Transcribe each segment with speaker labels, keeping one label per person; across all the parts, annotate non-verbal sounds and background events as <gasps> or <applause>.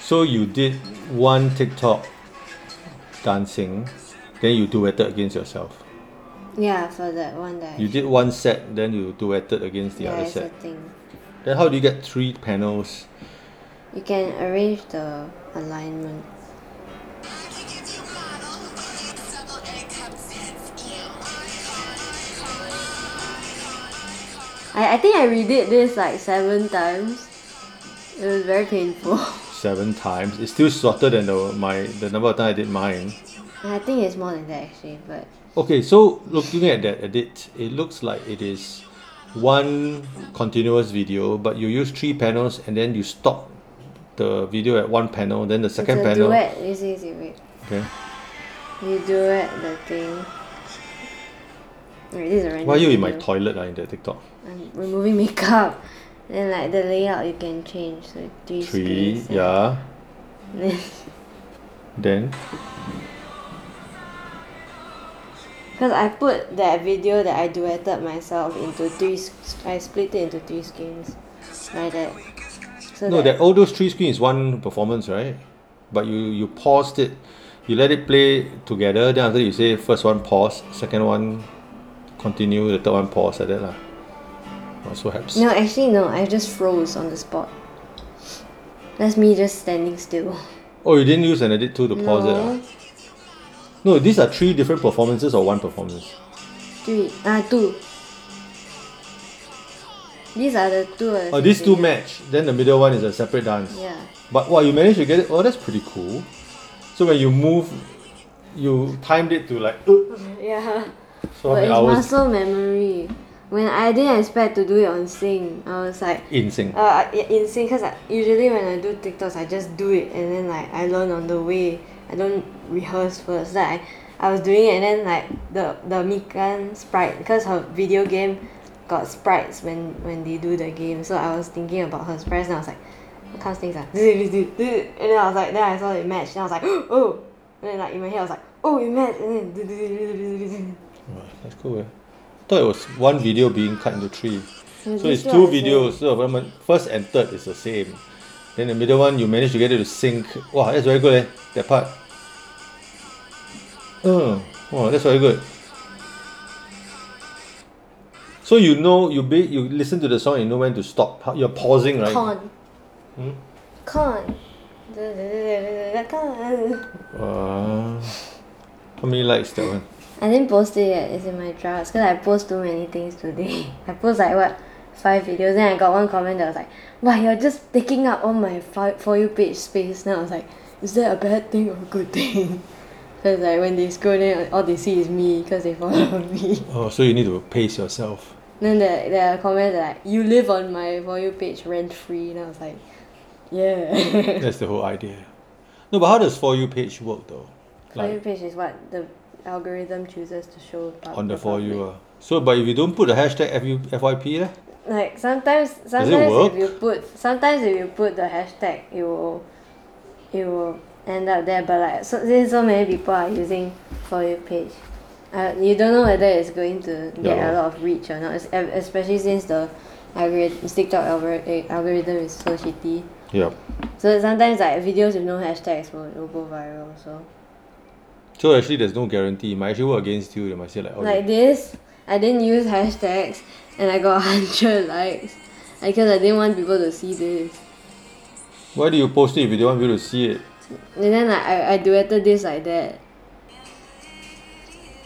Speaker 1: So you did one TikTok dancing, then you duetted against yourself.
Speaker 2: Yeah, for that one that
Speaker 1: You did one set, then you duetted against the
Speaker 2: yeah,
Speaker 1: other
Speaker 2: it's a
Speaker 1: set.
Speaker 2: thing.
Speaker 1: Then how do you get three panels?
Speaker 2: You can arrange the alignment. I, I think I redid this like seven times. It was very painful. <laughs>
Speaker 1: Seven times. It's still shorter than the my the number of times I did mine.
Speaker 2: And I think it's more than that actually, but
Speaker 1: Okay, so looking at that edit, it looks like it is one continuous video, but you use three panels and then you stop the video at one panel, then the second
Speaker 2: it's a
Speaker 1: panel.
Speaker 2: duet. You see, you see, wait.
Speaker 1: Okay.
Speaker 2: You duet the thing. Wait, this is a random
Speaker 1: Why are you in my
Speaker 2: video.
Speaker 1: toilet ah, in the TikTok?
Speaker 2: I'm removing makeup. Then like the layout you can change so
Speaker 1: Three,
Speaker 2: three, screens and-
Speaker 1: yeah.
Speaker 2: Then
Speaker 1: Then
Speaker 2: Because I put that video that I duetted myself into three, s- I split it into three screens, like that. So
Speaker 1: no, that all those three screens is one performance, right? But you you paused it, you let it play together. Then after you say first one pause, second one continue, the third one pause, like that lah. Also helps.
Speaker 2: No, actually no, I just froze on the spot. That's me just standing still.
Speaker 1: Oh, you didn't use an edit tool to pause it. ah?
Speaker 2: no,
Speaker 1: No, these are three different performances or one performance.
Speaker 2: three, ah two. These are the two. at the
Speaker 1: Oh,
Speaker 2: same
Speaker 1: these two
Speaker 2: thing.
Speaker 1: match. Then the middle one is a separate dance.
Speaker 2: Yeah.
Speaker 1: But wow, you managed to get it. Oh, that's pretty cool. So when you move, you timed it to like uh,
Speaker 2: Yeah.
Speaker 1: so how
Speaker 2: But
Speaker 1: many
Speaker 2: it's
Speaker 1: hours
Speaker 2: muscle memory. When I didn't expect to do it on sing, I was like,
Speaker 1: in sync.
Speaker 2: Uh, I- in sync, cause I, usually when I do TikToks, I just do it and then like I learn on the way. I don't rehearse first. Like I, I was doing it and then like the the Mikan sprite, cause her video game got sprites when when they do the game. So I was thinking about her sprites and I was like, what kind of things are <laughs> and then I was like, then I saw it match and I was like, <gasps> oh, and then like in my head I was like, oh, it matched and then. <laughs>
Speaker 1: Wow, that's cool. Eh? Thought it was one video being cut into three. So it's
Speaker 2: these
Speaker 1: two
Speaker 2: are the same.
Speaker 1: videos. So from the first and third is the same. Then the middle one you managed to get it to sync. Wow, that's very good. Eh? That part. Oh, wow, that's very good. So you know you be, you listen to the song you know when to stop. How- You're pausing right.
Speaker 2: Con.
Speaker 1: Hmm?
Speaker 2: Con. Con.
Speaker 1: Wow. how many likes that one?
Speaker 2: I didn't post it yet. It's in my drafts because I post too many things today. <laughs> I post like what five videos. Then I got one comment that was like, "Wow, you're just taking up all my fo- for you page space." Now I was like, "Is that a bad thing or a good thing?" <laughs> Because like when they scroll, then all they see is me because they follow <laughs> me.
Speaker 1: Oh, so you need to pace yourself.
Speaker 2: Then there there are comments like, "You live on my for you page rent free," and I was like, "Yeah." <laughs>
Speaker 1: That's the whole idea. No, but how does for you page work though?
Speaker 2: for you page is what the algorithm chooses to show pub-
Speaker 1: on the for
Speaker 2: public.
Speaker 1: you. Uh. So, but if you don't put the hashtag FU, FYP, leh?
Speaker 2: Like sometimes, sometimes
Speaker 1: uh. work?
Speaker 2: if you put, sometimes if you put the hashtag, it will, it will end up there. But like, so since so many people are using for you page, uh, you don't know whether it's going to get
Speaker 1: Yeah.
Speaker 2: a lot of reach or not. es- e- Especially since the algorithm, TikTok algor- eh, algorithm is so shitty.
Speaker 1: yeah.
Speaker 2: So sometimes like videos with no hashtags will, will go viral. So
Speaker 1: So actually, there's no guarantee. It might actually work against you. They might say like, oh,
Speaker 2: like this, I didn't use hashtags, and I got <laughs> hundred likes, because I didn't want people to see this.
Speaker 1: why do you post it if you don't want people to see it?
Speaker 2: And then like, I, I duetted this like that.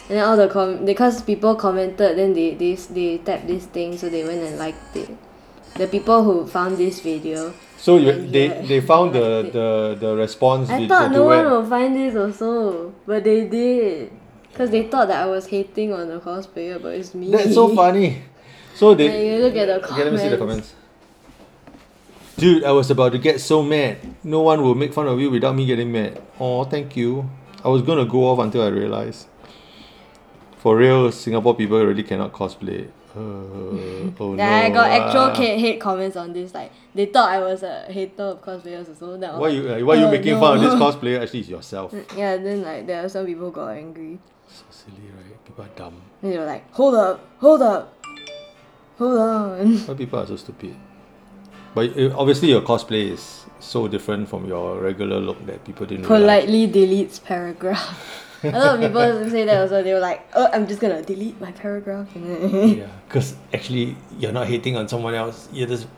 Speaker 2: And then all the com because people commented, then they they they tapped this thing, so they went and liked it. The people who found this video,
Speaker 1: So you,
Speaker 2: Yeah.
Speaker 1: they they found the the the response.
Speaker 2: I
Speaker 1: vid-
Speaker 2: thought
Speaker 1: the
Speaker 2: no one
Speaker 1: duet.
Speaker 2: would find this also, but they did, cause they thought that I was hating on the cosplayer, but it's me. <laughs>
Speaker 1: That's so funny. So they.
Speaker 2: Like, you look at the
Speaker 1: Okay, let me see the
Speaker 2: comments.
Speaker 1: comments. Dude, I was about to get so mad. No one will make fun of you without me getting mad. Oh, thank you. I was gonna go off until I realized. For real, Singapore people really cannot cosplay. Uh,
Speaker 2: <laughs>
Speaker 1: oh no.
Speaker 2: Yeah, I got
Speaker 1: ah.
Speaker 2: actual hate, hate comments on this. Like they thought I was a hater of cosplayers also. That
Speaker 1: Why you uh, why you
Speaker 2: Oh,
Speaker 1: making fun of this
Speaker 2: no. Mm.
Speaker 1: cosplayer? Actually, it's yourself.
Speaker 2: <laughs> Yeah, then like there are some people got angry.
Speaker 1: So silly, right? People are dumb.
Speaker 2: And they were like, hold up, hold up, hold on. <laughs>
Speaker 1: Why people are so stupid? But uh, obviously, your cosplay is so different from your regular look that people didn't realize.
Speaker 2: Politely deletes paragraph. <laughs> A lot of people say that also. They were like, "Oh, I'm just gonna delete my paragraph." and
Speaker 1: <laughs>
Speaker 2: then-
Speaker 1: Yeah, because actually, you're not hating on someone else. You're just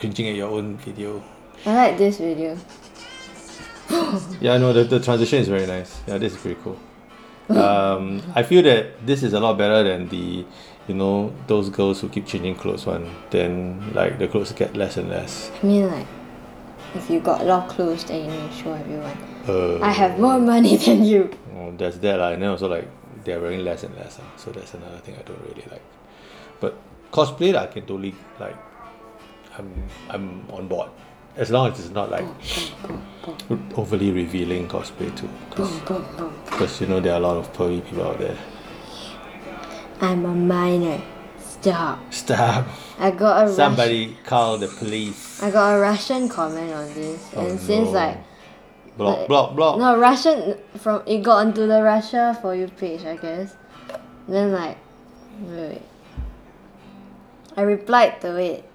Speaker 1: cringing at your own video.
Speaker 2: I like this video.
Speaker 1: Yeah, no, the, the transition is very nice. Yeah, this is pretty <laughs> cool. Um, I feel that this is a lot better than the, you know, those girls who keep changing clothes one. Then like the clothes get less and less.
Speaker 2: I mean, like, if you got a lot of clothes, then you need to show everyone.
Speaker 1: Uh,
Speaker 2: I have more money than you. <laughs>
Speaker 1: Oh, there's that lah, and then also like they're wearing less and less. lah. So that's another thing I don't really like. But cosplay, lah, I can totally like. I'm I'm on board, as long as it's not like overly revealing cosplay too,
Speaker 2: Boom, boom, boom.
Speaker 1: because you know there are a lot of pervy people out there. <laughs>
Speaker 2: I'm a minor. Stop.
Speaker 1: Stop!
Speaker 2: I got a
Speaker 1: Somebody call the police.
Speaker 2: Russian, I got a Russian comment on this, and since
Speaker 1: Oh, no.
Speaker 2: like
Speaker 1: Block
Speaker 2: like-
Speaker 1: block block.
Speaker 2: no Russian from it got onto the Russia for you page, I guess. Then like, wait, wait. I replied to it,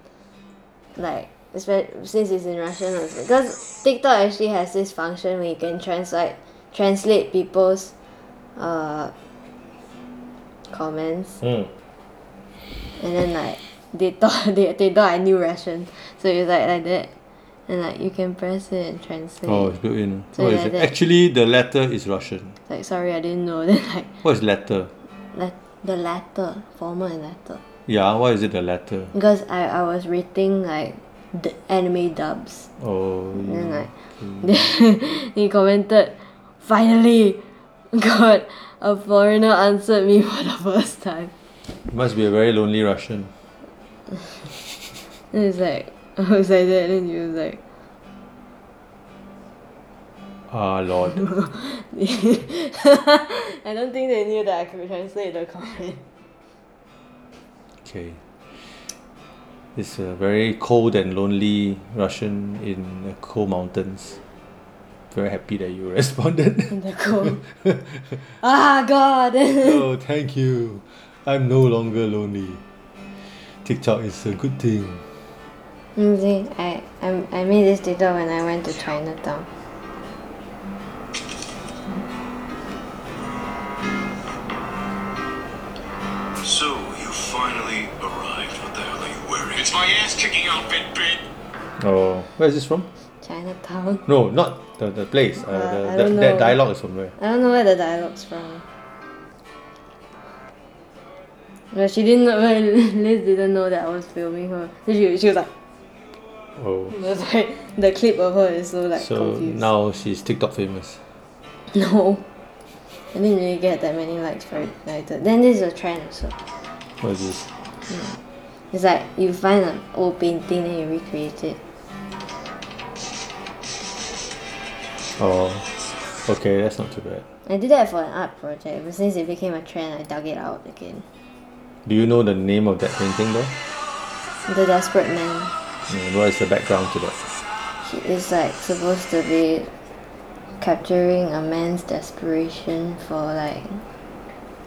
Speaker 2: like espe- since it's in Russian also, because TikTok actually has this function where you can translate translate people's uh comments
Speaker 1: Mm.
Speaker 2: and then like they thought <laughs> they, they thought I knew Russian, so it's like like that, and like you can press it and translate.
Speaker 1: Oh, it's built in.
Speaker 2: So
Speaker 1: What
Speaker 2: yeah,
Speaker 1: is it?
Speaker 2: that-
Speaker 1: Actually, the letter is Russian.
Speaker 2: Like sorry, I didn't know. <laughs> Then like
Speaker 1: What is letter?
Speaker 2: la- the latter, former and latter,
Speaker 1: Yeah, why is it the letter?
Speaker 2: because I I was rating like the anime dubs,
Speaker 1: Oh,
Speaker 2: and then like <laughs> he commented, finally, God, a foreigner answered me for the first time.
Speaker 1: you must be a very lonely Russian.
Speaker 2: And it's like <laughs> I was like that, and he was like.
Speaker 1: Ah, Lord.
Speaker 2: <laughs> I don't think they knew that I could translate the comment.
Speaker 1: Okay. It's a very cold and lonely Russian in the cold mountains. Very happy that you <laughs> responded.
Speaker 2: <laughs> In the code. ah, <laughs> God!
Speaker 1: oh, thank you. I'm no longer lonely. TikTok is a good thing.
Speaker 2: You Mm, see, I, I, I made this data when I went to Chinatown.
Speaker 3: So you finally arrived. What the hell are you wearing?
Speaker 4: It's my ass kicking outfit, bitch.
Speaker 1: Oh, where is this from?
Speaker 2: Chinatown.
Speaker 1: No, not the, the place. Uh,
Speaker 2: Uh, I
Speaker 1: the,
Speaker 2: don't
Speaker 1: that, that
Speaker 2: know.
Speaker 1: dialogue is from where?
Speaker 2: I don't know where the dialogue's from. But she didn't know, <laughs> Liz didn't know that I was filming her. So she, she was like, <laughs>
Speaker 1: Oh.
Speaker 2: she was like, the clip of her is so like
Speaker 1: So
Speaker 2: confused.
Speaker 1: now she's TikTok famous.
Speaker 2: <laughs> No. I didn't really get that many likes for it either. Then this is a trend also.
Speaker 1: What is this?
Speaker 2: It's like you find an old painting and you recreate it.
Speaker 1: Oh. Okay, that's not too bad.
Speaker 2: I did that for an art project, but since it became a trend, I dug it out again.
Speaker 1: Do you know the name of that painting though?
Speaker 2: The Desperate Man.
Speaker 1: And what is the background to that?
Speaker 2: He is like supposed to be capturing a man's desperation for like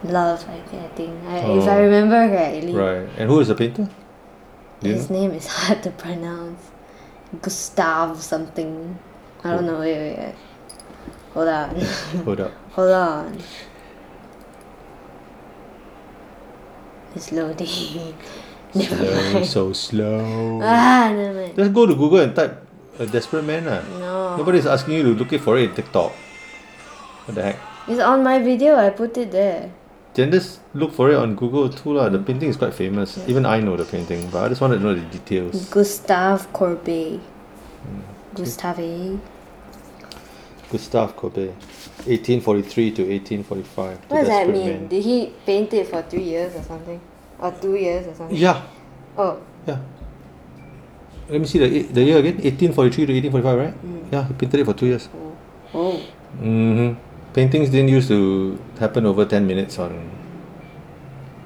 Speaker 2: love. I think. I think. I, If I
Speaker 1: Oh.
Speaker 2: remember correctly,
Speaker 1: Right. And who is the painter? Do you
Speaker 2: his
Speaker 1: know?
Speaker 2: name is <laughs> hard to pronounce. Gustav something. I don't know. Wait, wait. wait. Hold on. <laughs>
Speaker 1: Hold up.
Speaker 2: Hold on. It's loading. <laughs> never
Speaker 1: Slow,
Speaker 2: mind.
Speaker 1: so slow.
Speaker 2: Ah, never mind.
Speaker 1: Just go to Google and type a desperate man. Ah.
Speaker 2: No.
Speaker 1: Nobody's asking you to look it for it in TikTok. What the heck?
Speaker 2: It's on my video. I put it there.
Speaker 1: Then just look for it on Google too. lah. The painting is quite famous. Even I know the painting, but I just wanted to know the details.
Speaker 2: Gustave Courbet.
Speaker 1: Hmm.
Speaker 2: Gustave. Mm.
Speaker 1: Gustave Courbet, 1843 to 1845. The
Speaker 2: What does that
Speaker 1: Desperate
Speaker 2: mean?
Speaker 1: Man.
Speaker 2: Did he paint it for three years or something? Or two years or something?
Speaker 1: Yeah,
Speaker 2: Oh,
Speaker 1: yeah. Let me see the, the year again 1843 to 1845, right?
Speaker 2: Mm.
Speaker 1: Yeah, he painted it for two years.
Speaker 2: oh.
Speaker 1: hmm Paintings didn't used to happen over 10 minutes on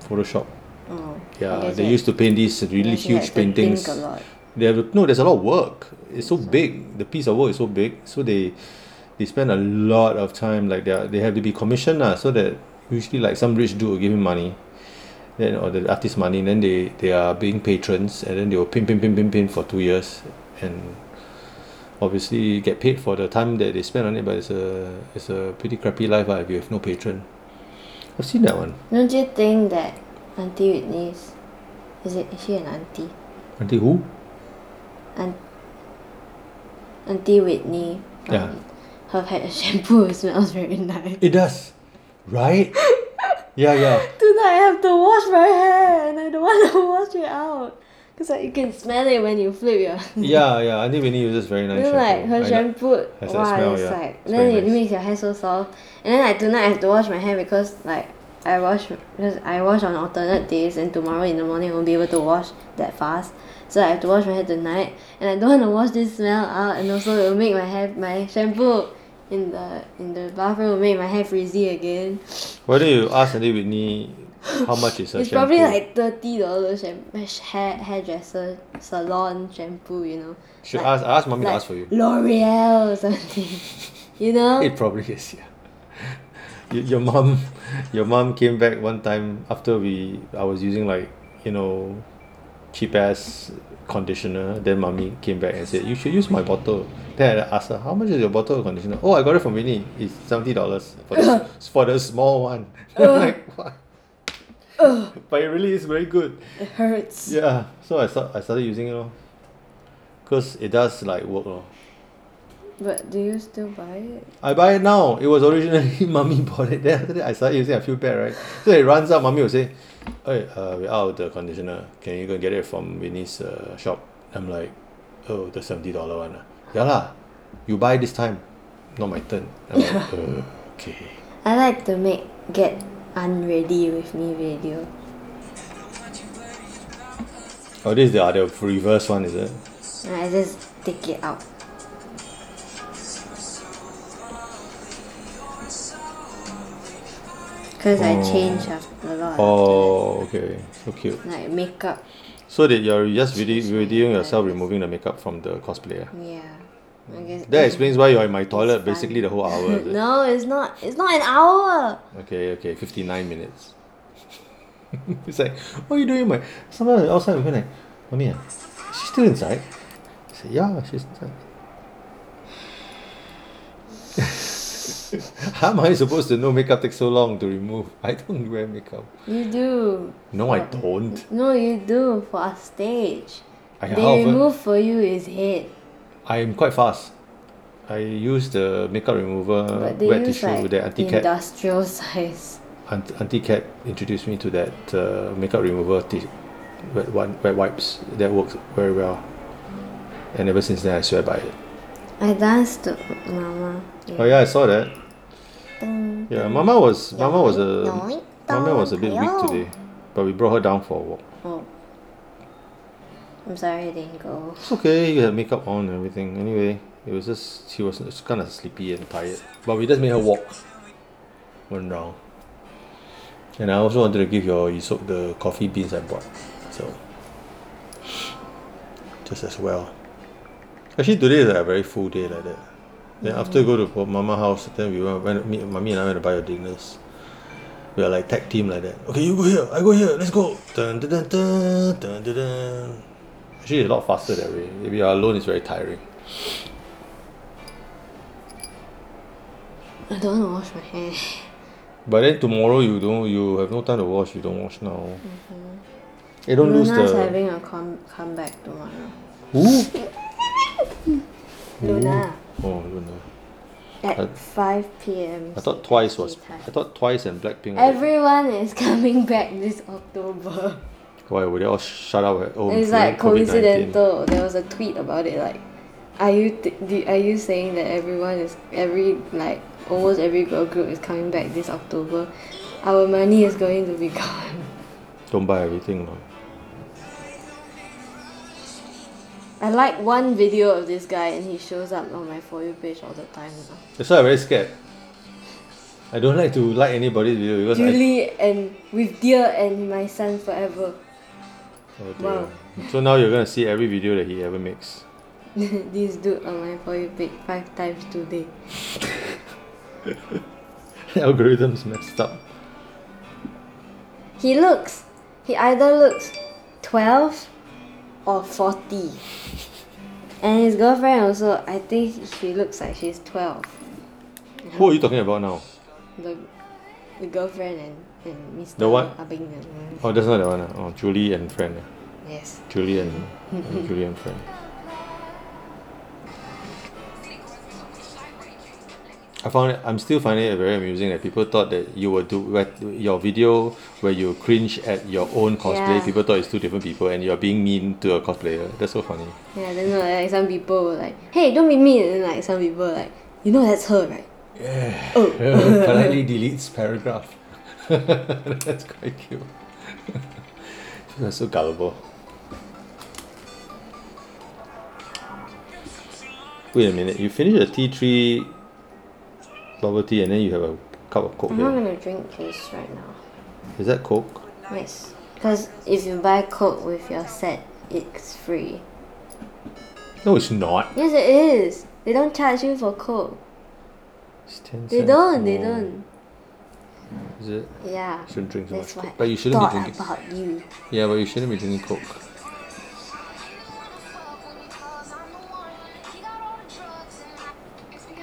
Speaker 1: Photoshop.
Speaker 2: oh. I
Speaker 1: Yeah,
Speaker 2: guess
Speaker 1: they
Speaker 2: you
Speaker 1: used to paint these really
Speaker 2: guess you
Speaker 1: huge
Speaker 2: have to think
Speaker 1: paintings.
Speaker 2: a lot.
Speaker 1: They have to- no, there's a lot of work. It's so big. The piece of work is so big. So they they spend a lot ah, of time. Like they are, they have to be commissioned uh, so that usually like some rich dude will give him money, then or the artist money then they they are being patrons and then they will pin pin pin pin pin for two years and obviously get paid for the time that they spend on it but it's a it's a pretty crappy life ah if you have no patron I've seen that one
Speaker 2: Don't you think that Auntie Whitney's is it is she an auntie?
Speaker 1: until who
Speaker 2: Aunt, auntie Whitney. from-
Speaker 1: Yeah.
Speaker 2: <laughs> Her head shampoo smells very nice.
Speaker 1: it does right yeah yeah
Speaker 2: Tonight I have to wash my hair and I don't <laughs> want to wash it out. Cause like you can smell it when you flip your
Speaker 1: <laughs> yeah yeah I think Winnie uses very nice
Speaker 2: You know,
Speaker 1: shampoo.
Speaker 2: like her
Speaker 1: I like-
Speaker 2: shampoo,
Speaker 1: has that
Speaker 2: wow,
Speaker 1: smell,
Speaker 2: it's
Speaker 1: yeah.
Speaker 2: like
Speaker 1: It's
Speaker 2: then
Speaker 1: very
Speaker 2: it
Speaker 1: nice.
Speaker 2: makes your hair so soft. And then like tonight I have to wash my hair because like I wash because I wash on alternate days and tomorrow in the morning I won't be able to wash that fast. So I have to wash my hair tonight and I don't want to wash this smell out and also it will make my hair my shampoo in the in the bathroom will make my hair frizzy again.
Speaker 1: why don't you ask Auntie Whitney how much is her
Speaker 2: it's
Speaker 1: shampoo
Speaker 2: probably like thirty dollars shampoo hair hairdresser salon shampoo, you know.
Speaker 1: should
Speaker 2: like-
Speaker 1: ask I asked mommy to
Speaker 2: like
Speaker 1: ask for you
Speaker 2: L'Oreal or something. <laughs> You know?
Speaker 1: It probably is, yeah. <laughs> Y- Your mom, your mom came back one time after we. I was using like you know, cheap ass conditioner. Then mommy came back and said, "You should use my bottle." Then I asked her, "How much is your bottle of conditioner?" Oh, I got it from Winnie. It's seventy dollars for
Speaker 2: <laughs>
Speaker 1: the, for the small one. <laughs> I'm like what? but it really is very good.
Speaker 2: It hurts.
Speaker 1: Yeah. So I start, I started using it, because it does like work, lor.
Speaker 2: But do you still buy it?
Speaker 1: I buy it now. It was originally <laughs> mummy bought it. Then after that I started using. I feel bad, right? So it runs out. Mummy will say, "Hey, uh, we're out of the conditioner. Can you go get it from Winnie's uh, shop?" I'm like, "Oh, the seventy dollar one. ah." Yeah lah. You buy this time, not my turn." I'm like, uh, "Okay."
Speaker 2: I like to make get unready with me video.
Speaker 1: Oh, this is the other reverse one, is it?
Speaker 2: And I just take it out. Cause I change af- a lot.
Speaker 1: Oh, okay. So cute.
Speaker 2: After that. Like makeup.
Speaker 1: So that you're just video- videoing yourself removing the makeup from the ah? cosplayer.
Speaker 2: Yeah. I guess
Speaker 1: That explains why you're in my toilet
Speaker 2: Mm-hmm. It's fun.
Speaker 1: basically the whole
Speaker 2: <laughs>
Speaker 1: hour. is it?
Speaker 2: No, it's not. It's not an hour.
Speaker 1: Okay, okay, 59 minutes. <laughs> it's like, what are you doing, my? Sometimes outside, we're like, Mommy, ah, is she still inside? I said, yeah, she's inside. <laughs> How am I supposed to know makeup takes so long to remove? I don't wear makeup.
Speaker 2: You do.
Speaker 1: No, I don't.
Speaker 2: No, you do for a stage.
Speaker 1: I,
Speaker 2: They
Speaker 1: however,
Speaker 2: remove for you his head.
Speaker 1: I am quite fast. I use the makeup remover
Speaker 2: But they
Speaker 1: Uh, wet
Speaker 2: use
Speaker 1: tissue
Speaker 2: like
Speaker 1: with the anti cat.
Speaker 2: industrial size.
Speaker 1: Aunt, Auntie Cat introduced me to that uh, makeup remover t- wet, wi- wet wipes that works very well. And ever since then, I swear by it.
Speaker 2: I danced to Mama.
Speaker 1: Oh yeah, I saw that. Yeah, Mama was Mama was a
Speaker 2: Yoink,
Speaker 1: Mama was a bit weak
Speaker 2: yoink.
Speaker 1: today, but we brought her down for a walk.
Speaker 2: Oh. I'm sorry I didn't go.
Speaker 1: It's okay. You had makeup on and everything. Anyway, it was just she was kind of sleepy and tired, but we just made her walk one round. And I also wanted to give your Yisok the coffee beans I bought, so just as well. Actually, today is like a very full day like that. Then after go to po- Mama house, then we went, went me, Mummy and I went to buy your dinners. We are like tag team like that. Okay, you go here, I go here, let's go. Dun, dun, dun, dun, dun, dun, dun. Actually, it's a lot faster that way. If you are alone, it's very tiring.
Speaker 2: I don't want to wash my hair.
Speaker 1: But then tomorrow you don't, you have no time to wash. You don't wash now. You <laughs> don't lose
Speaker 2: Mm-hmm. Luna's
Speaker 1: the
Speaker 2: having a come comeback tomorrow.
Speaker 1: who?
Speaker 2: Luna.
Speaker 1: Oh, I don't know.
Speaker 2: At
Speaker 1: I-
Speaker 2: 5 p.m.
Speaker 1: I thought Twice was.
Speaker 2: CET
Speaker 1: I
Speaker 2: time.
Speaker 1: thought Twice and Blackpink. were-
Speaker 2: Everyone is <laughs> coming back this October.
Speaker 1: Why would they all shut up at home?
Speaker 2: It's
Speaker 1: during
Speaker 2: like
Speaker 1: COVID-19?
Speaker 2: coincidental. There was a tweet about it. Like, are you th- do, are you saying that everyone is every like almost every girl group is coming back this October? Our money is going to be <laughs> gone.
Speaker 1: Don't buy everything, lah.
Speaker 2: I like one video of this guy and he shows up on my for you page all the time. now.
Speaker 1: That's why I'm very scared. I don't like to like anybody's video because
Speaker 2: Julie and with dear and my son forever. <laughs>
Speaker 1: I. Oh, dear.
Speaker 2: Wow.
Speaker 1: So now you're gonna see every video that he ever makes. <laughs>
Speaker 2: this dude on my for you page five times today.
Speaker 1: Algorithms messed up.
Speaker 2: He looks He either looks 12 or 40. And his girlfriend also, I think she looks like she's 12.
Speaker 1: Who are you talking about now?
Speaker 2: The, the girlfriend and, and Mr.
Speaker 1: The what?
Speaker 2: Abingdon.
Speaker 1: Oh, that's not that one. ah. Oh, Julie and friend. ah.
Speaker 2: Yes.
Speaker 1: Julie and Julie and friend. I found it, I'm still finding it very amusing that people thought that you were do where- your video where you cringe at your own cosplay.
Speaker 2: Yeah.
Speaker 1: People thought it's two different people, and you're being mean to a cosplayer. That's so funny.
Speaker 2: Yeah, then uh, like some people were like, hey, don't be mean. And then like some people were like, you know that's her, right? Oh.
Speaker 1: <laughs> politely deletes paragraph. <laughs> That's quite cute. <laughs> People are so gullible. Wait a minute, you finish a tea tree bubble tea and then you have a cup of coke
Speaker 2: I'm
Speaker 1: here.
Speaker 2: not gonna drink this right now.
Speaker 1: Is that coke?
Speaker 2: Yes. Because if you buy Coke with your set, it's free.
Speaker 1: No, it's not.
Speaker 2: Yes, it is. They don't charge you for Coke.
Speaker 1: It's 10
Speaker 2: They
Speaker 1: cents.
Speaker 2: don't, they
Speaker 1: Oh,
Speaker 2: don't.
Speaker 1: Is it?
Speaker 2: Yeah.
Speaker 1: Shouldn't drink so much
Speaker 2: That's
Speaker 1: coke.
Speaker 2: what
Speaker 1: But you
Speaker 2: I
Speaker 1: shouldn't be
Speaker 2: thought
Speaker 1: drinking.
Speaker 2: about you.
Speaker 1: Yeah, but you shouldn't be drinking coke.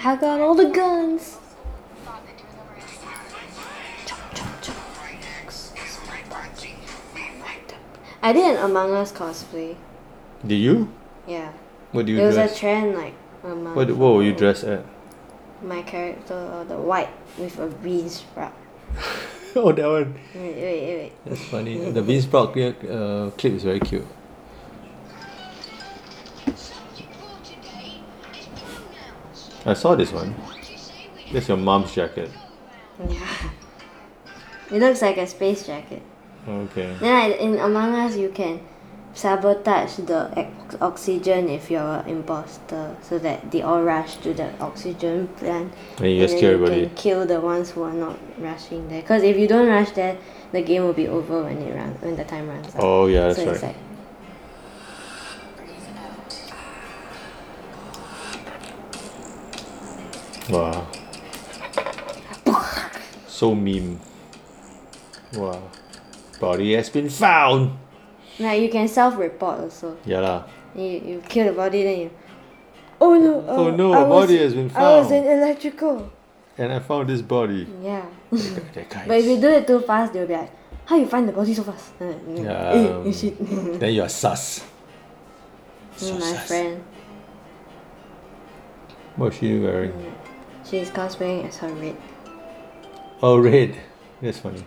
Speaker 2: I got all the guns. Chop, chop, chop. I did an Among Us cosplay.
Speaker 1: Did you?
Speaker 2: Yeah.
Speaker 1: What do you
Speaker 2: There was a
Speaker 1: dress?
Speaker 2: trend like among
Speaker 1: what, what were you dressed at?
Speaker 2: my character uh, the white with a green sprout.
Speaker 1: <laughs> oh, that one.
Speaker 2: Wait, wait, wait.
Speaker 1: That's funny. The Beansprout clear, uh, clip is very cute. I saw this one. That's your mom's jacket.
Speaker 2: <laughs> It looks like a space jacket.
Speaker 1: Okay.
Speaker 2: Then I, in Among Us, you can sabotage the ex- oxygen if you're an imposter, so that they all rush to the oxygen plant.
Speaker 1: And you just
Speaker 2: then
Speaker 1: kill
Speaker 2: you
Speaker 1: everybody.
Speaker 2: Can kill the ones who are not rushing there, because if you don't rush there, the game will be over when it run when the time runs out.
Speaker 1: Oh yeah, that's
Speaker 2: so
Speaker 1: right.
Speaker 2: it's like
Speaker 1: Wow. So meme. Wow. Body has been found.
Speaker 2: like you can self-report also.
Speaker 1: Yeah lah.
Speaker 2: You, you kill the body, then you. Oh no! Uh,
Speaker 1: Oh no,
Speaker 2: I
Speaker 1: a body
Speaker 2: was,
Speaker 1: has been
Speaker 2: I was in
Speaker 1: found.
Speaker 2: electrical.
Speaker 1: And I found this body.
Speaker 2: Yeah. <laughs>
Speaker 1: That guy
Speaker 2: But if
Speaker 1: is-
Speaker 2: you do it too fast, they'll be like, "How you find the body so fast?" <laughs> Uh, mm, eh,
Speaker 1: Um,
Speaker 2: shit.
Speaker 1: then you are sus.
Speaker 2: Me
Speaker 1: So
Speaker 2: and Mm, my
Speaker 1: sus.
Speaker 2: friend,
Speaker 1: What is she wearing?
Speaker 2: she's cosplaying as her red.
Speaker 1: Oh, red. That's funny.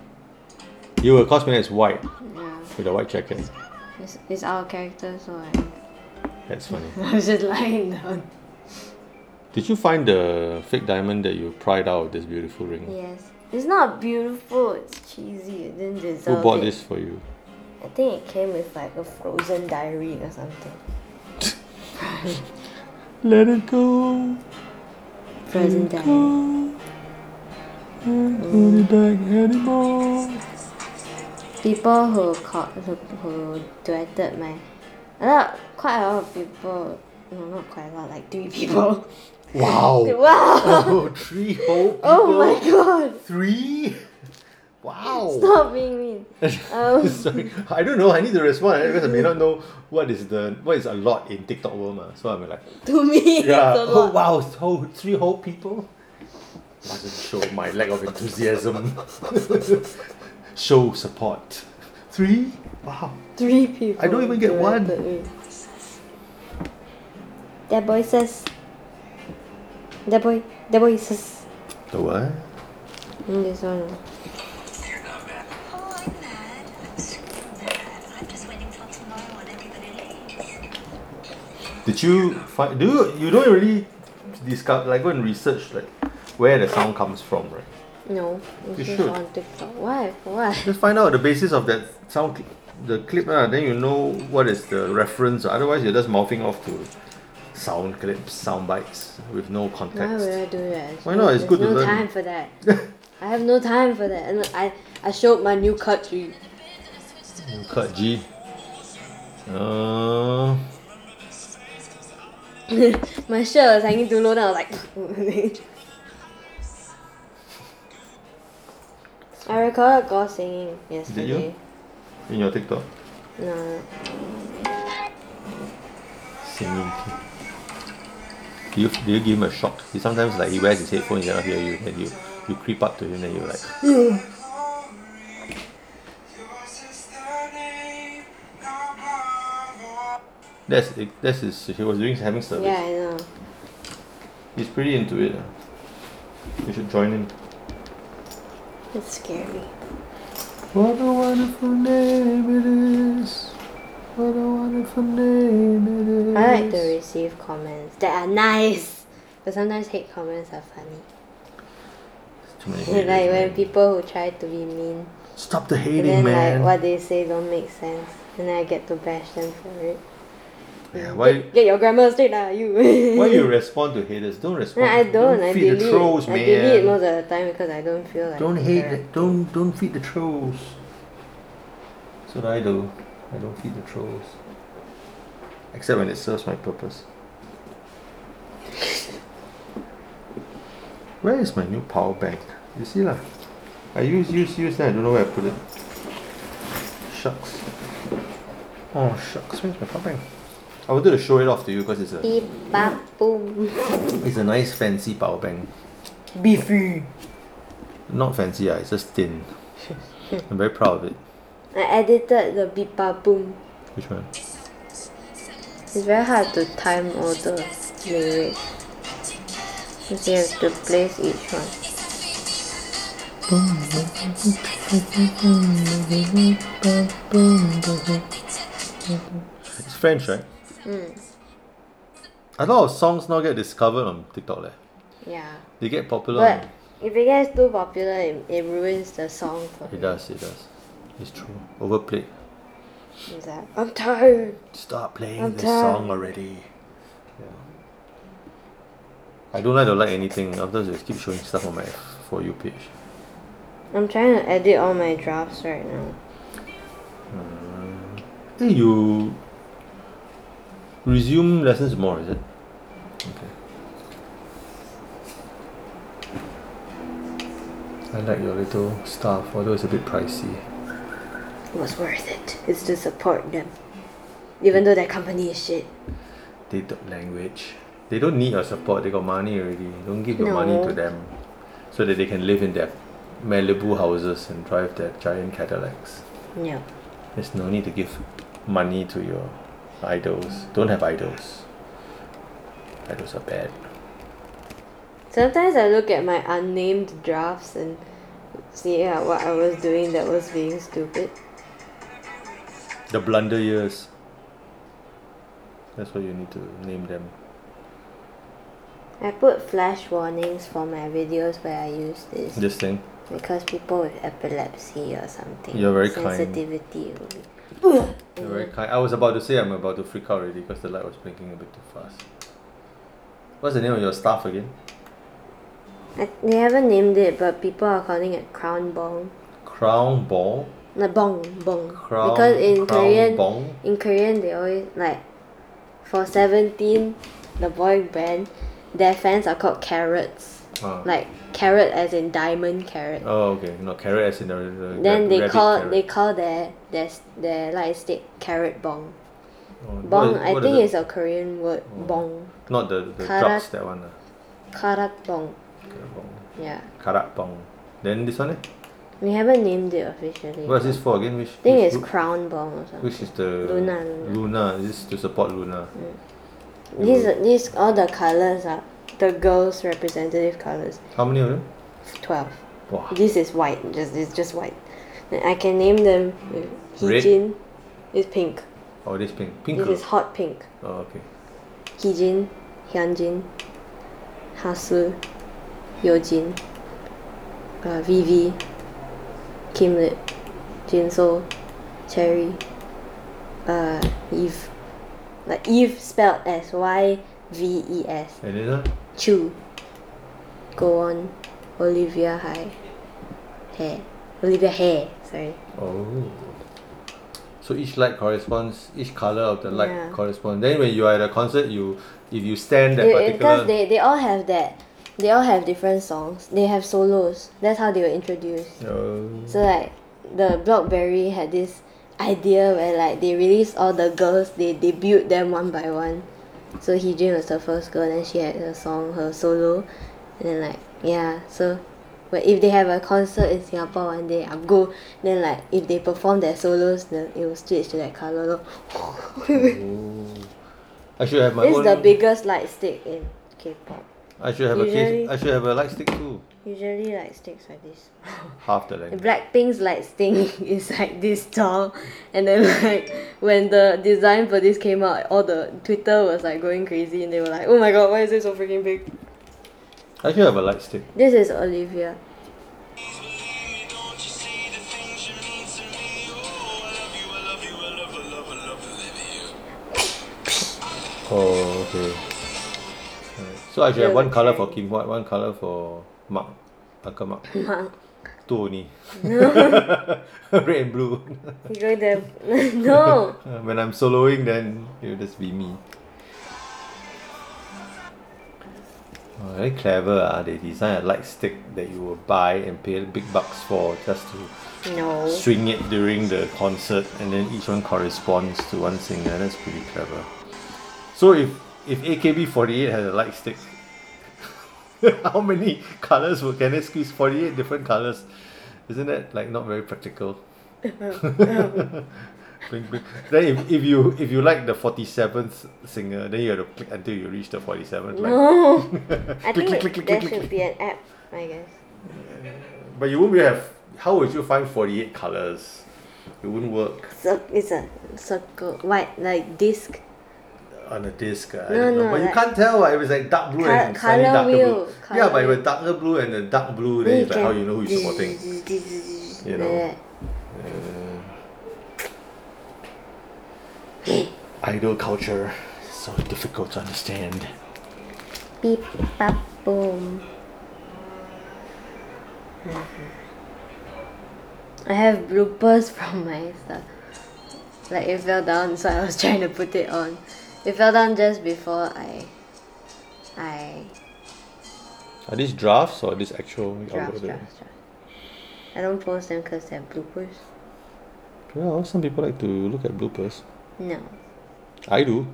Speaker 1: You were cosplaying as white
Speaker 2: Yeah,
Speaker 1: with a white jacket.
Speaker 2: it's, it's our character, so I, <laughs>
Speaker 1: That's funny.
Speaker 2: I was just lying down.
Speaker 1: Did you find the fake diamond that you pried out of this beautiful ring?
Speaker 2: Yes, it's not beautiful. It's cheesy. It didn't deserve
Speaker 1: Who bought
Speaker 2: it.
Speaker 1: this for you?
Speaker 2: I think it came with like a frozen diary or something.
Speaker 1: Let it go.
Speaker 2: Frozen diary. Mm.
Speaker 1: Hold it back anymore.
Speaker 2: People who called, who, who duetted my, a lot, quite a lot of people. No, not quite a lot. Like three <laughs> people.
Speaker 1: Wow.
Speaker 2: Wow!
Speaker 1: <laughs> Oh, three whole people.
Speaker 2: <laughs> Oh my god!
Speaker 1: Three? Wow.
Speaker 2: Stop being <laughs> mean.
Speaker 1: <laughs>
Speaker 2: Um,
Speaker 1: Sorry, I don't know. I need to respond eh, because I may not know what is the what is a lot in TikTok world, ma. So I'm like,
Speaker 2: to me,
Speaker 1: Yeah.
Speaker 2: it's a
Speaker 1: Oh
Speaker 2: lot.
Speaker 1: wow, so three whole people. Doesn't show my lack of enthusiasm. <laughs> show support. Three? Wow.
Speaker 2: Three people.
Speaker 1: I don't even get one.
Speaker 2: directed me. Their voices. Their boy. Their voices.
Speaker 1: The what?
Speaker 2: Mm, this one.
Speaker 5: Oh, I'm mad. I'm super mad. I'm just waiting till tomorrow when everybody leaves.
Speaker 1: Did you find? Do you, you don't really discover like go and research like where the sound comes from, right?
Speaker 2: No, it's
Speaker 1: You
Speaker 2: just
Speaker 1: should.
Speaker 2: on TikTok. Why? Why?
Speaker 1: Just find out the basis of that sound, cl- the clip, ah. then you know what is the reference. Otherwise, you're just mouthing off to sound clips, sound bites with no
Speaker 2: Why
Speaker 1: context.
Speaker 2: would I do that?
Speaker 1: Why not? It's
Speaker 2: There's
Speaker 1: good to
Speaker 2: no
Speaker 1: learn.
Speaker 2: time for that. I have no time for that. And I, I showed my new cut to you. <laughs>
Speaker 1: Cut G. Uh,
Speaker 2: my shirt was hanging too low. Then I was like. <laughs> I recorded girl singing yesterday.
Speaker 1: you? in your TikTok?
Speaker 2: No.
Speaker 1: Singing kid. Do you, do you give him a shock? He sometimes like he wears his headphone, he cannot hear you, then you you creep up to him, then you're like, that's that's his, he was doing having service.
Speaker 2: Yeah, I know.
Speaker 1: He's pretty into it. ah. You should join him.
Speaker 2: It's scary.
Speaker 1: What a wonderful name it is. What a wonderful name it is.
Speaker 2: I like to receive comments that are nice, but sometimes hate comments are funny.
Speaker 1: Too many haters,
Speaker 2: <laughs> like when
Speaker 1: man.
Speaker 2: people who try to be mean,
Speaker 1: Stop the
Speaker 2: and
Speaker 1: hating,
Speaker 2: then
Speaker 1: man.
Speaker 2: like what they say don't make sense, and then I get to bash them for it.
Speaker 1: Yeah, why,
Speaker 2: Get your grammar straight now, you. <laughs>
Speaker 1: why you respond to haters? Don't
Speaker 2: No,
Speaker 1: respond.
Speaker 2: I don't. I
Speaker 1: feed
Speaker 2: delete.
Speaker 1: the trolls,
Speaker 2: I
Speaker 1: man.
Speaker 2: delete most of the time because I don't feel like.
Speaker 1: Don't hate.
Speaker 2: interacting.
Speaker 1: The, don't don't feed the trolls. That's what I do. I don't feed the trolls. Except when it serves my purpose. Where is my new power bank? You see lah. I use use use then I don't know where I put it. Shucks. Oh shucks, where's my power bank? I wanted to show it off to you because it's a
Speaker 2: Beep, bap, boom.
Speaker 1: it's a nice fancy power bank.
Speaker 2: Beefy.
Speaker 1: Not fancy, ah, it's just thin. I'm very proud of it.
Speaker 2: I edited the beep, bap, boom.
Speaker 1: Which one?
Speaker 2: It's very hard to time all the lyrics. Because you have to place each one.
Speaker 1: It's French, right? A lot of songs now get discovered on TikTok. Leh.
Speaker 2: Yeah.
Speaker 1: They get popular.
Speaker 2: But
Speaker 1: on-
Speaker 2: if it gets too popular, it, it ruins the song for
Speaker 1: It
Speaker 2: me.
Speaker 1: does, it does. It's true. Overplayed.
Speaker 2: It's like, I'm tired.
Speaker 1: Stop playing
Speaker 2: I'm
Speaker 1: this
Speaker 2: tired.
Speaker 1: song already. Yeah. I don't like to like anything. Sometimes they keep showing stuff on my For You page.
Speaker 2: I'm trying to edit all my drafts right now.
Speaker 1: Hey, you resume lessons tomorrow, is it? Okay. I like your little stuff, although it's a bit pricey.
Speaker 2: It was worth it. It's to support them. Even though their company is shit.
Speaker 1: They don't language. They don't need your support. They got money already. Don't give your money
Speaker 2: No.
Speaker 1: to them, so that they can live in their Malibu houses and drive their giant Cadillacs.
Speaker 2: No.
Speaker 1: There's no need to give money to your idols. Don't have idols. Idols are bad.
Speaker 2: Sometimes I look at my unnamed drafts and see uh, what I was doing that was being stupid.
Speaker 1: The blunder years. That's what you need to name them.
Speaker 2: I put flash warnings for my videos where I use this
Speaker 1: This thing.
Speaker 2: because people with epilepsy or something
Speaker 1: You're very kind.
Speaker 2: sensitivity. will be-
Speaker 1: They're very kind. I was about to say I'm about to freak out already because the light was blinking a bit too fast. What's the name of your staff again?
Speaker 2: I, they haven't named it, but people are calling it crown bong.
Speaker 1: Crown Ball?
Speaker 2: No, bong, bong.
Speaker 1: Crown,
Speaker 2: because in
Speaker 1: crown
Speaker 2: Korean,
Speaker 1: bong?
Speaker 2: in Korean they always like for seventeen, the boy band, their fans are called carrots.
Speaker 1: Ah.
Speaker 2: Like carrot as in diamond carrot.
Speaker 1: Oh, okay. No, carrot as in the, the
Speaker 2: then
Speaker 1: rab-
Speaker 2: they
Speaker 1: rabbit
Speaker 2: call
Speaker 1: carrot.
Speaker 2: they call their their s- their light stick carrot bong.
Speaker 1: Oh, what
Speaker 2: Bong,
Speaker 1: is-
Speaker 2: I
Speaker 1: what is
Speaker 2: think
Speaker 1: it? Oh.
Speaker 2: it's a Korean word. Bong,
Speaker 1: Not the, the
Speaker 2: Karat-
Speaker 1: drugs, that one. ah.
Speaker 2: karat bong.
Speaker 1: Karat Bong.
Speaker 2: Yeah,
Speaker 1: Karat Bong. Then this one, eh?
Speaker 2: we haven't named it officially.
Speaker 1: What is this for again? Which,
Speaker 2: I think
Speaker 1: which
Speaker 2: it's
Speaker 1: group?
Speaker 2: crown bong or something.
Speaker 1: Which is the
Speaker 2: Luna, Luna.
Speaker 1: Luna. This is to support Luna.
Speaker 2: These these all the colors are the girls' representative colors.
Speaker 1: How many of them?
Speaker 2: Twelve.
Speaker 1: Wow.
Speaker 2: This is white. Just it's just white. And I can name them.
Speaker 1: Red?
Speaker 2: Heejin is pink.
Speaker 1: Oh, this pink. Pink.
Speaker 2: This is
Speaker 1: ah?
Speaker 2: hot pink.
Speaker 1: Oh, okay.
Speaker 2: Heejin, Hyunjin, Hasu, Yojin, uh, Vivi, Kimlet, Jinso, Cherry, uh, Eve. Like Eve spelled as Y V E S.
Speaker 1: And then, uh,
Speaker 2: Chu, go on, Olivia High, Hair, Olivia Hair. Sorry.
Speaker 1: oh. So each light corresponds, each color of the light
Speaker 2: Yeah.
Speaker 1: corresponds. Then when you are at a concert, you if you stand that
Speaker 2: They- it-
Speaker 1: particular.
Speaker 2: Because they, they all have that. They all have different songs. They have solos. That's how they were introduced.
Speaker 1: Oh.
Speaker 2: So like the Blockberry had this idea where like they released all the girls, they debuted them one by one. So Heejin was the first girl, then she had her song, her solo, and then like yeah. So, but if they have a concert in Singapore one day, I'll go. Then like if they perform their solos, then it will switch to that color.
Speaker 1: I should have my
Speaker 2: this
Speaker 1: own.
Speaker 2: is the biggest light stick in K-pop.
Speaker 1: I should have a
Speaker 2: usually-
Speaker 1: case. I should have a light stick too.
Speaker 2: Usually light sticks like this.
Speaker 1: Half the length.
Speaker 2: Blackpink's light stick <laughs> is like this tall, and then like when the design for this came out, all the Twitter was like going crazy, and they were like, "Oh my god, why is it so freaking big?"
Speaker 1: I should have a light stick.
Speaker 2: This is Olivia.
Speaker 1: Oh, okay. Alright. So I should have one color for Kim Huat, one color for Mark. Uncle Mark.
Speaker 2: Mark.
Speaker 1: Two only. <laughs> Red and blue.
Speaker 2: You going to <laughs> no?
Speaker 1: Uh, when I'm soloing, then it'll just be me. Oh, very clever. Ah, They design a light stick that you will buy and pay big bucks for just to
Speaker 2: No.
Speaker 1: swing it during the concert, and then each one corresponds to one singer. That's pretty clever. So if if AKB48 has a light stick, <laughs> how many colors would can they squeeze? 48 different colors. Isn't that like not very practical? Blink, blink. Then if, if you if you like the 47th singer, then you have to click until you reach the 47th. Like, <laughs>
Speaker 2: No. I
Speaker 1: Click, click, click,
Speaker 2: think
Speaker 1: click,
Speaker 2: there
Speaker 1: click,
Speaker 2: should
Speaker 1: click.
Speaker 2: be an app, I guess.
Speaker 1: But you won't be have. How would you find 48 colors? It wouldn't work
Speaker 2: So it's a circle, white like disc.
Speaker 1: on a disc. I
Speaker 2: No,
Speaker 1: don't know.
Speaker 2: no,
Speaker 1: but you
Speaker 2: like-
Speaker 1: can't tell. What, if it's like dark blue and
Speaker 2: Col-
Speaker 1: slightly
Speaker 2: colour
Speaker 1: darker
Speaker 2: wheel,
Speaker 1: blue. Yeah,
Speaker 2: colour
Speaker 1: but if
Speaker 2: wheel.
Speaker 1: it's darker blue and the dark blue, then it's like how you know who you're
Speaker 2: <laughs>
Speaker 1: supporting. You know.
Speaker 2: Like that.
Speaker 1: Idol culture is so difficult to understand.
Speaker 2: Beep, bap, boom. I have bloopers <laughs> from my stuff. Like it fell down, so I was <laughs> trying to put it on. It fell down just before I, I
Speaker 1: Are these drafts or these actual
Speaker 2: draft,
Speaker 1: uploaded?
Speaker 2: draft, draft. I don't post them because they're bloopers.
Speaker 1: Well, some people like to look at bloopers.
Speaker 2: No,
Speaker 1: I do.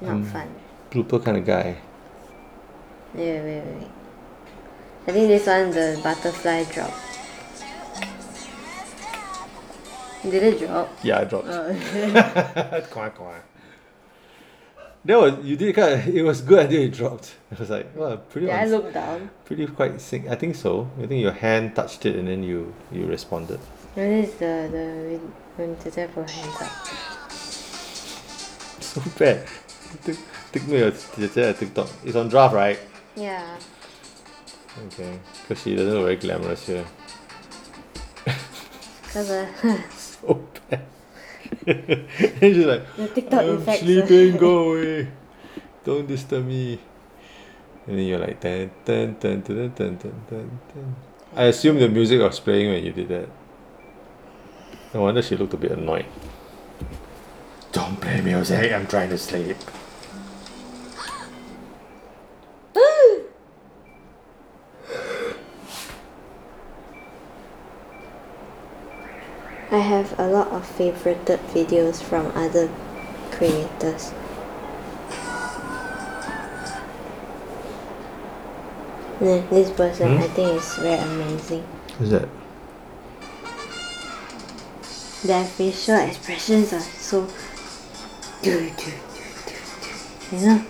Speaker 2: not fun.
Speaker 1: Blooper kind of guy.
Speaker 2: Wait, wait, wait, wait. I think this one the butterfly drop. Did it drop?
Speaker 1: Yeah, I dropped.
Speaker 2: Oh.
Speaker 1: <laughs> Quack, quack. That was you did kind of, it was good until it dropped. It was like well pretty
Speaker 2: Did I
Speaker 1: uns-
Speaker 2: look down?
Speaker 1: pretty quite sick. I think so. I think your hand touched it and then you you responded.
Speaker 2: No, this is the the when to tap for hands up.
Speaker 1: So bad. Take take me your your TikTok. It's on draft, right?
Speaker 2: Yeah.
Speaker 1: Okay. Because she doesn't look very glamorous here. <laughs>
Speaker 2: Cause uh, <laughs>
Speaker 1: So bad. <laughs> and she's like
Speaker 2: the TikTok uh,
Speaker 1: I'm
Speaker 2: infects.
Speaker 1: sleeping, go away. Don't disturb me. And then you're like dun, dun, dun, dun, dun, dun, dun, dun, dun. I assume the music was playing when you did that. No wonder she looked a bit annoyed. Don't play music, I'm trying to sleep.
Speaker 2: I have a lot of favorited videos from other creators. Nah, this person
Speaker 1: Hmm?
Speaker 2: I think is very amazing.
Speaker 1: Who's that?
Speaker 2: Their facial expressions are so. You know?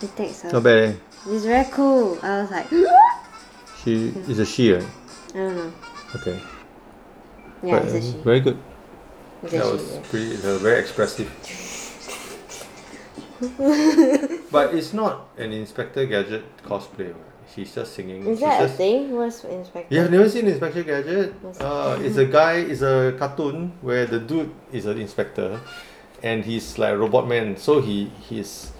Speaker 2: It takes a
Speaker 1: Not bad, eh?
Speaker 2: It's very cool. I was like, <gasps>
Speaker 1: She is a she, right?
Speaker 2: I don't know.
Speaker 1: Okay.
Speaker 2: Yeah,
Speaker 1: Right,
Speaker 2: it's a she.
Speaker 1: Very good.
Speaker 2: It's
Speaker 1: That
Speaker 2: a
Speaker 1: was
Speaker 2: she.
Speaker 1: pretty. It was very expressive.
Speaker 2: <laughs>
Speaker 1: but it's not an Inspector Gadget cosplay. right? She's just singing.
Speaker 2: Is
Speaker 1: she's
Speaker 2: that a
Speaker 1: just,
Speaker 2: thing? What's inspector?
Speaker 1: You have never seen Inspector Gadget?
Speaker 2: What's
Speaker 1: Uh, it's a guy. It's a cartoon where the dude is an inspector, and he's like a robot man. So he he's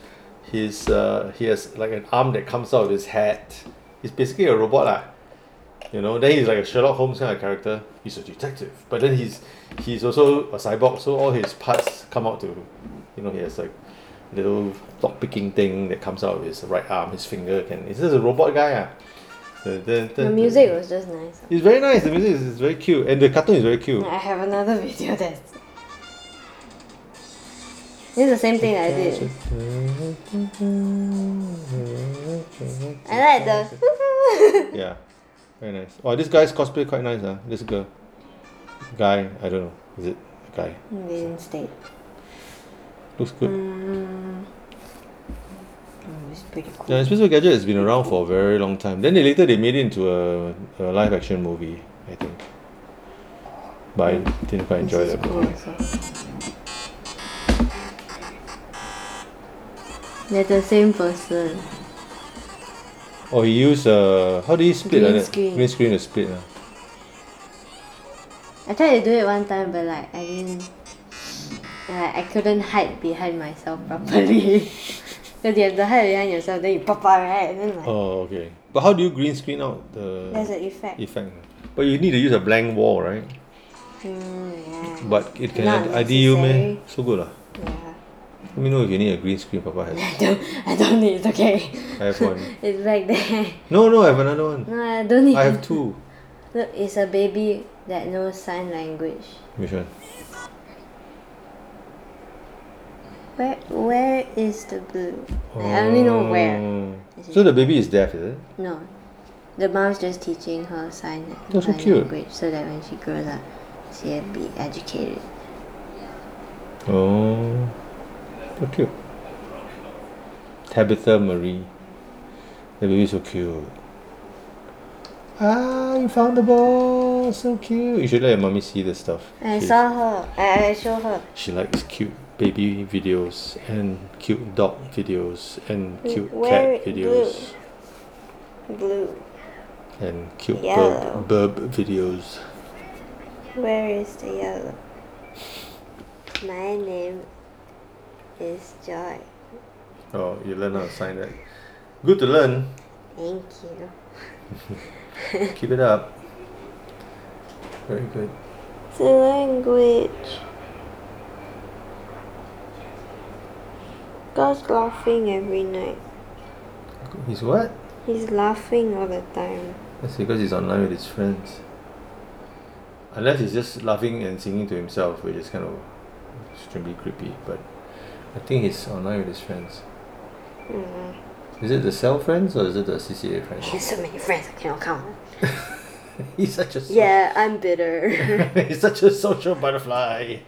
Speaker 1: he's uh, he has like an arm that comes out of his hat. He's basically a robot lah. You know, then he's like a Sherlock Holmes kind of character. He's a detective, but then he's he's also a cyborg, so all his parts come out to, you know, he has like little lock picking thing that comes out of his right arm, his finger, and he's just a robot guy. Ah.
Speaker 2: The music was just nice.
Speaker 1: It's very nice. The music is, is very cute, and the cartoon is very cute.
Speaker 2: I have another <laughs> video that's. This is the same thing I did. I like <laughs> the.
Speaker 1: Yeah, very nice. Oh, this guy's cosplay quite nice, huh? This girl, guy, I don't know, is it a guy?
Speaker 2: They didn't state.
Speaker 1: Looks good.
Speaker 2: Mm. Oh, it's pretty cool.
Speaker 1: Yeah, Inspector Gadget has been around for a very long time. Then they later they made it into a, a live action movie, I think. But I didn't quite enjoy
Speaker 2: This is
Speaker 1: that
Speaker 2: cool
Speaker 1: movie.
Speaker 2: also. They're the same person.
Speaker 1: Oh, he used uh, how do you split
Speaker 2: Green
Speaker 1: like that?
Speaker 2: screen.
Speaker 1: Green screen to split. Uh.
Speaker 2: I tried to do it one time, but like I didn't. Like, I couldn't hide behind myself <laughs> properly. Because you have to hide behind yourself, then you pop out, right? And then like
Speaker 1: Oh, okay. But how do you green screen out the
Speaker 2: there's an effect.
Speaker 1: effect? But you need to use a blank wall, right?
Speaker 2: Mm, yeah.
Speaker 1: But it can
Speaker 2: Not
Speaker 1: ID you,
Speaker 2: necessary.
Speaker 1: man. So good, ah.
Speaker 2: yeah.
Speaker 1: Let me know if you need a green screen. Papa has.
Speaker 2: I don't. I don't need. It's okay.
Speaker 1: I have
Speaker 2: <laughs>
Speaker 1: one.
Speaker 2: It's back there.
Speaker 1: No, no, I have another one.
Speaker 2: No, I don't need.
Speaker 1: I have two.
Speaker 2: Look, it's a baby that knows sign language.
Speaker 1: Which one?
Speaker 2: Where where is the blue? I only know where.
Speaker 1: Oh. So the baby is deaf, is it?
Speaker 2: No. The mom's just teaching her sign,
Speaker 1: That's so
Speaker 2: sign
Speaker 1: cute.
Speaker 2: language so that when she grows up, she'll be educated.
Speaker 1: Oh, so cute. Tabitha Marie. The baby so cute. Ah, you found the ball. So cute. You should let your mommy see this stuff.
Speaker 2: I
Speaker 1: she,
Speaker 2: saw her. I, I show her.
Speaker 1: She likes cute baby videos and cute dog videos and cute
Speaker 2: where
Speaker 1: cat
Speaker 2: blue?
Speaker 1: videos
Speaker 2: Blue.
Speaker 1: and cute
Speaker 2: Yellow.
Speaker 1: burb, burb videos.
Speaker 2: Where is the yellow? My name is Joy.
Speaker 1: Oh, you learn how to sign that. Good to learn.
Speaker 2: Thank you.
Speaker 1: Keep it up. Very good.
Speaker 2: The language. God's laughing every night.
Speaker 1: He's what?
Speaker 2: He's laughing all the time.
Speaker 1: That's because he's online with his friends. Unless he's just laughing and singing to himself, which is kind of extremely creepy. But I think he's online with his friends.
Speaker 2: <laughs>
Speaker 1: Is it the cell friends or is it the CCA
Speaker 2: He
Speaker 1: friends?
Speaker 2: has Mm-hmm. so many friends, I cannot count.
Speaker 1: <laughs> he's such a so-
Speaker 2: Yeah, I'm bitter.
Speaker 1: he's such a social butterfly.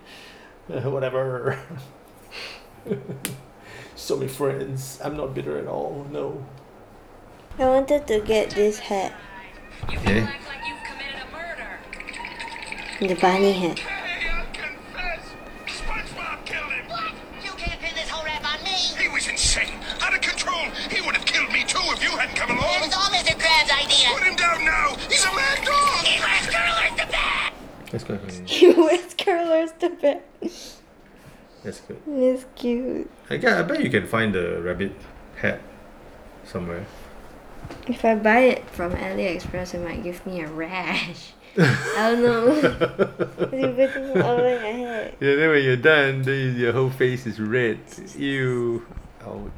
Speaker 1: Uh, Whatever. <laughs> so many friends. I'm not bitter at all. No.
Speaker 2: <laughs> I wanted to get this hat,
Speaker 1: Okay.
Speaker 5: like you've committed a murder.
Speaker 2: the bunny <laughs> hat.
Speaker 3: Hey, I confess! SpongeBob killed him!
Speaker 5: What? You can't pin this whole rap on me.
Speaker 3: He was insane! Out of control! He would have killed me too if you hadn't come
Speaker 5: It
Speaker 3: along!
Speaker 5: was all Mr. Krabs' idea.
Speaker 3: Put him down now! He's a mad dog!
Speaker 5: He left curlers to bed.
Speaker 1: That's quite funny.
Speaker 2: He wears curlers to bed.
Speaker 1: That's good.
Speaker 2: It's cute.
Speaker 1: I, guess, I bet you can find the rabbit hat somewhere.
Speaker 2: If I buy it from AliExpress, it might give me a rash. I don't <laughs> know. You're putting it over your head.
Speaker 1: <laughs> Yeah, then when you're done, then your whole face is red. Ew. Ouch.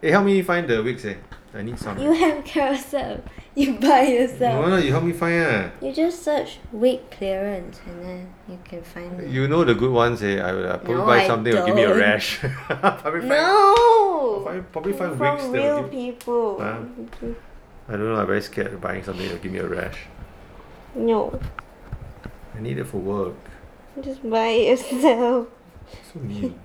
Speaker 1: Hey, help me find the wigs, eh? I need some.
Speaker 2: You have carousel. You buy
Speaker 1: No,
Speaker 2: yourself.
Speaker 1: no, you help me find, ah.
Speaker 2: You just search wig clearance and then you can find it.
Speaker 1: You know the good ones, eh? I will uh, probably
Speaker 2: No,
Speaker 1: buy
Speaker 2: I
Speaker 1: something or give me a
Speaker 2: don't.
Speaker 1: rash. <laughs> probably find,
Speaker 2: No!
Speaker 1: probably, probably find
Speaker 2: From
Speaker 1: wigs that
Speaker 2: real
Speaker 1: will give,
Speaker 2: people.
Speaker 1: Huh? I don't know, I'm very scared of buying something that will give me a rash.
Speaker 2: No,
Speaker 1: I need it for work.
Speaker 2: just buy yourself.
Speaker 1: So mean.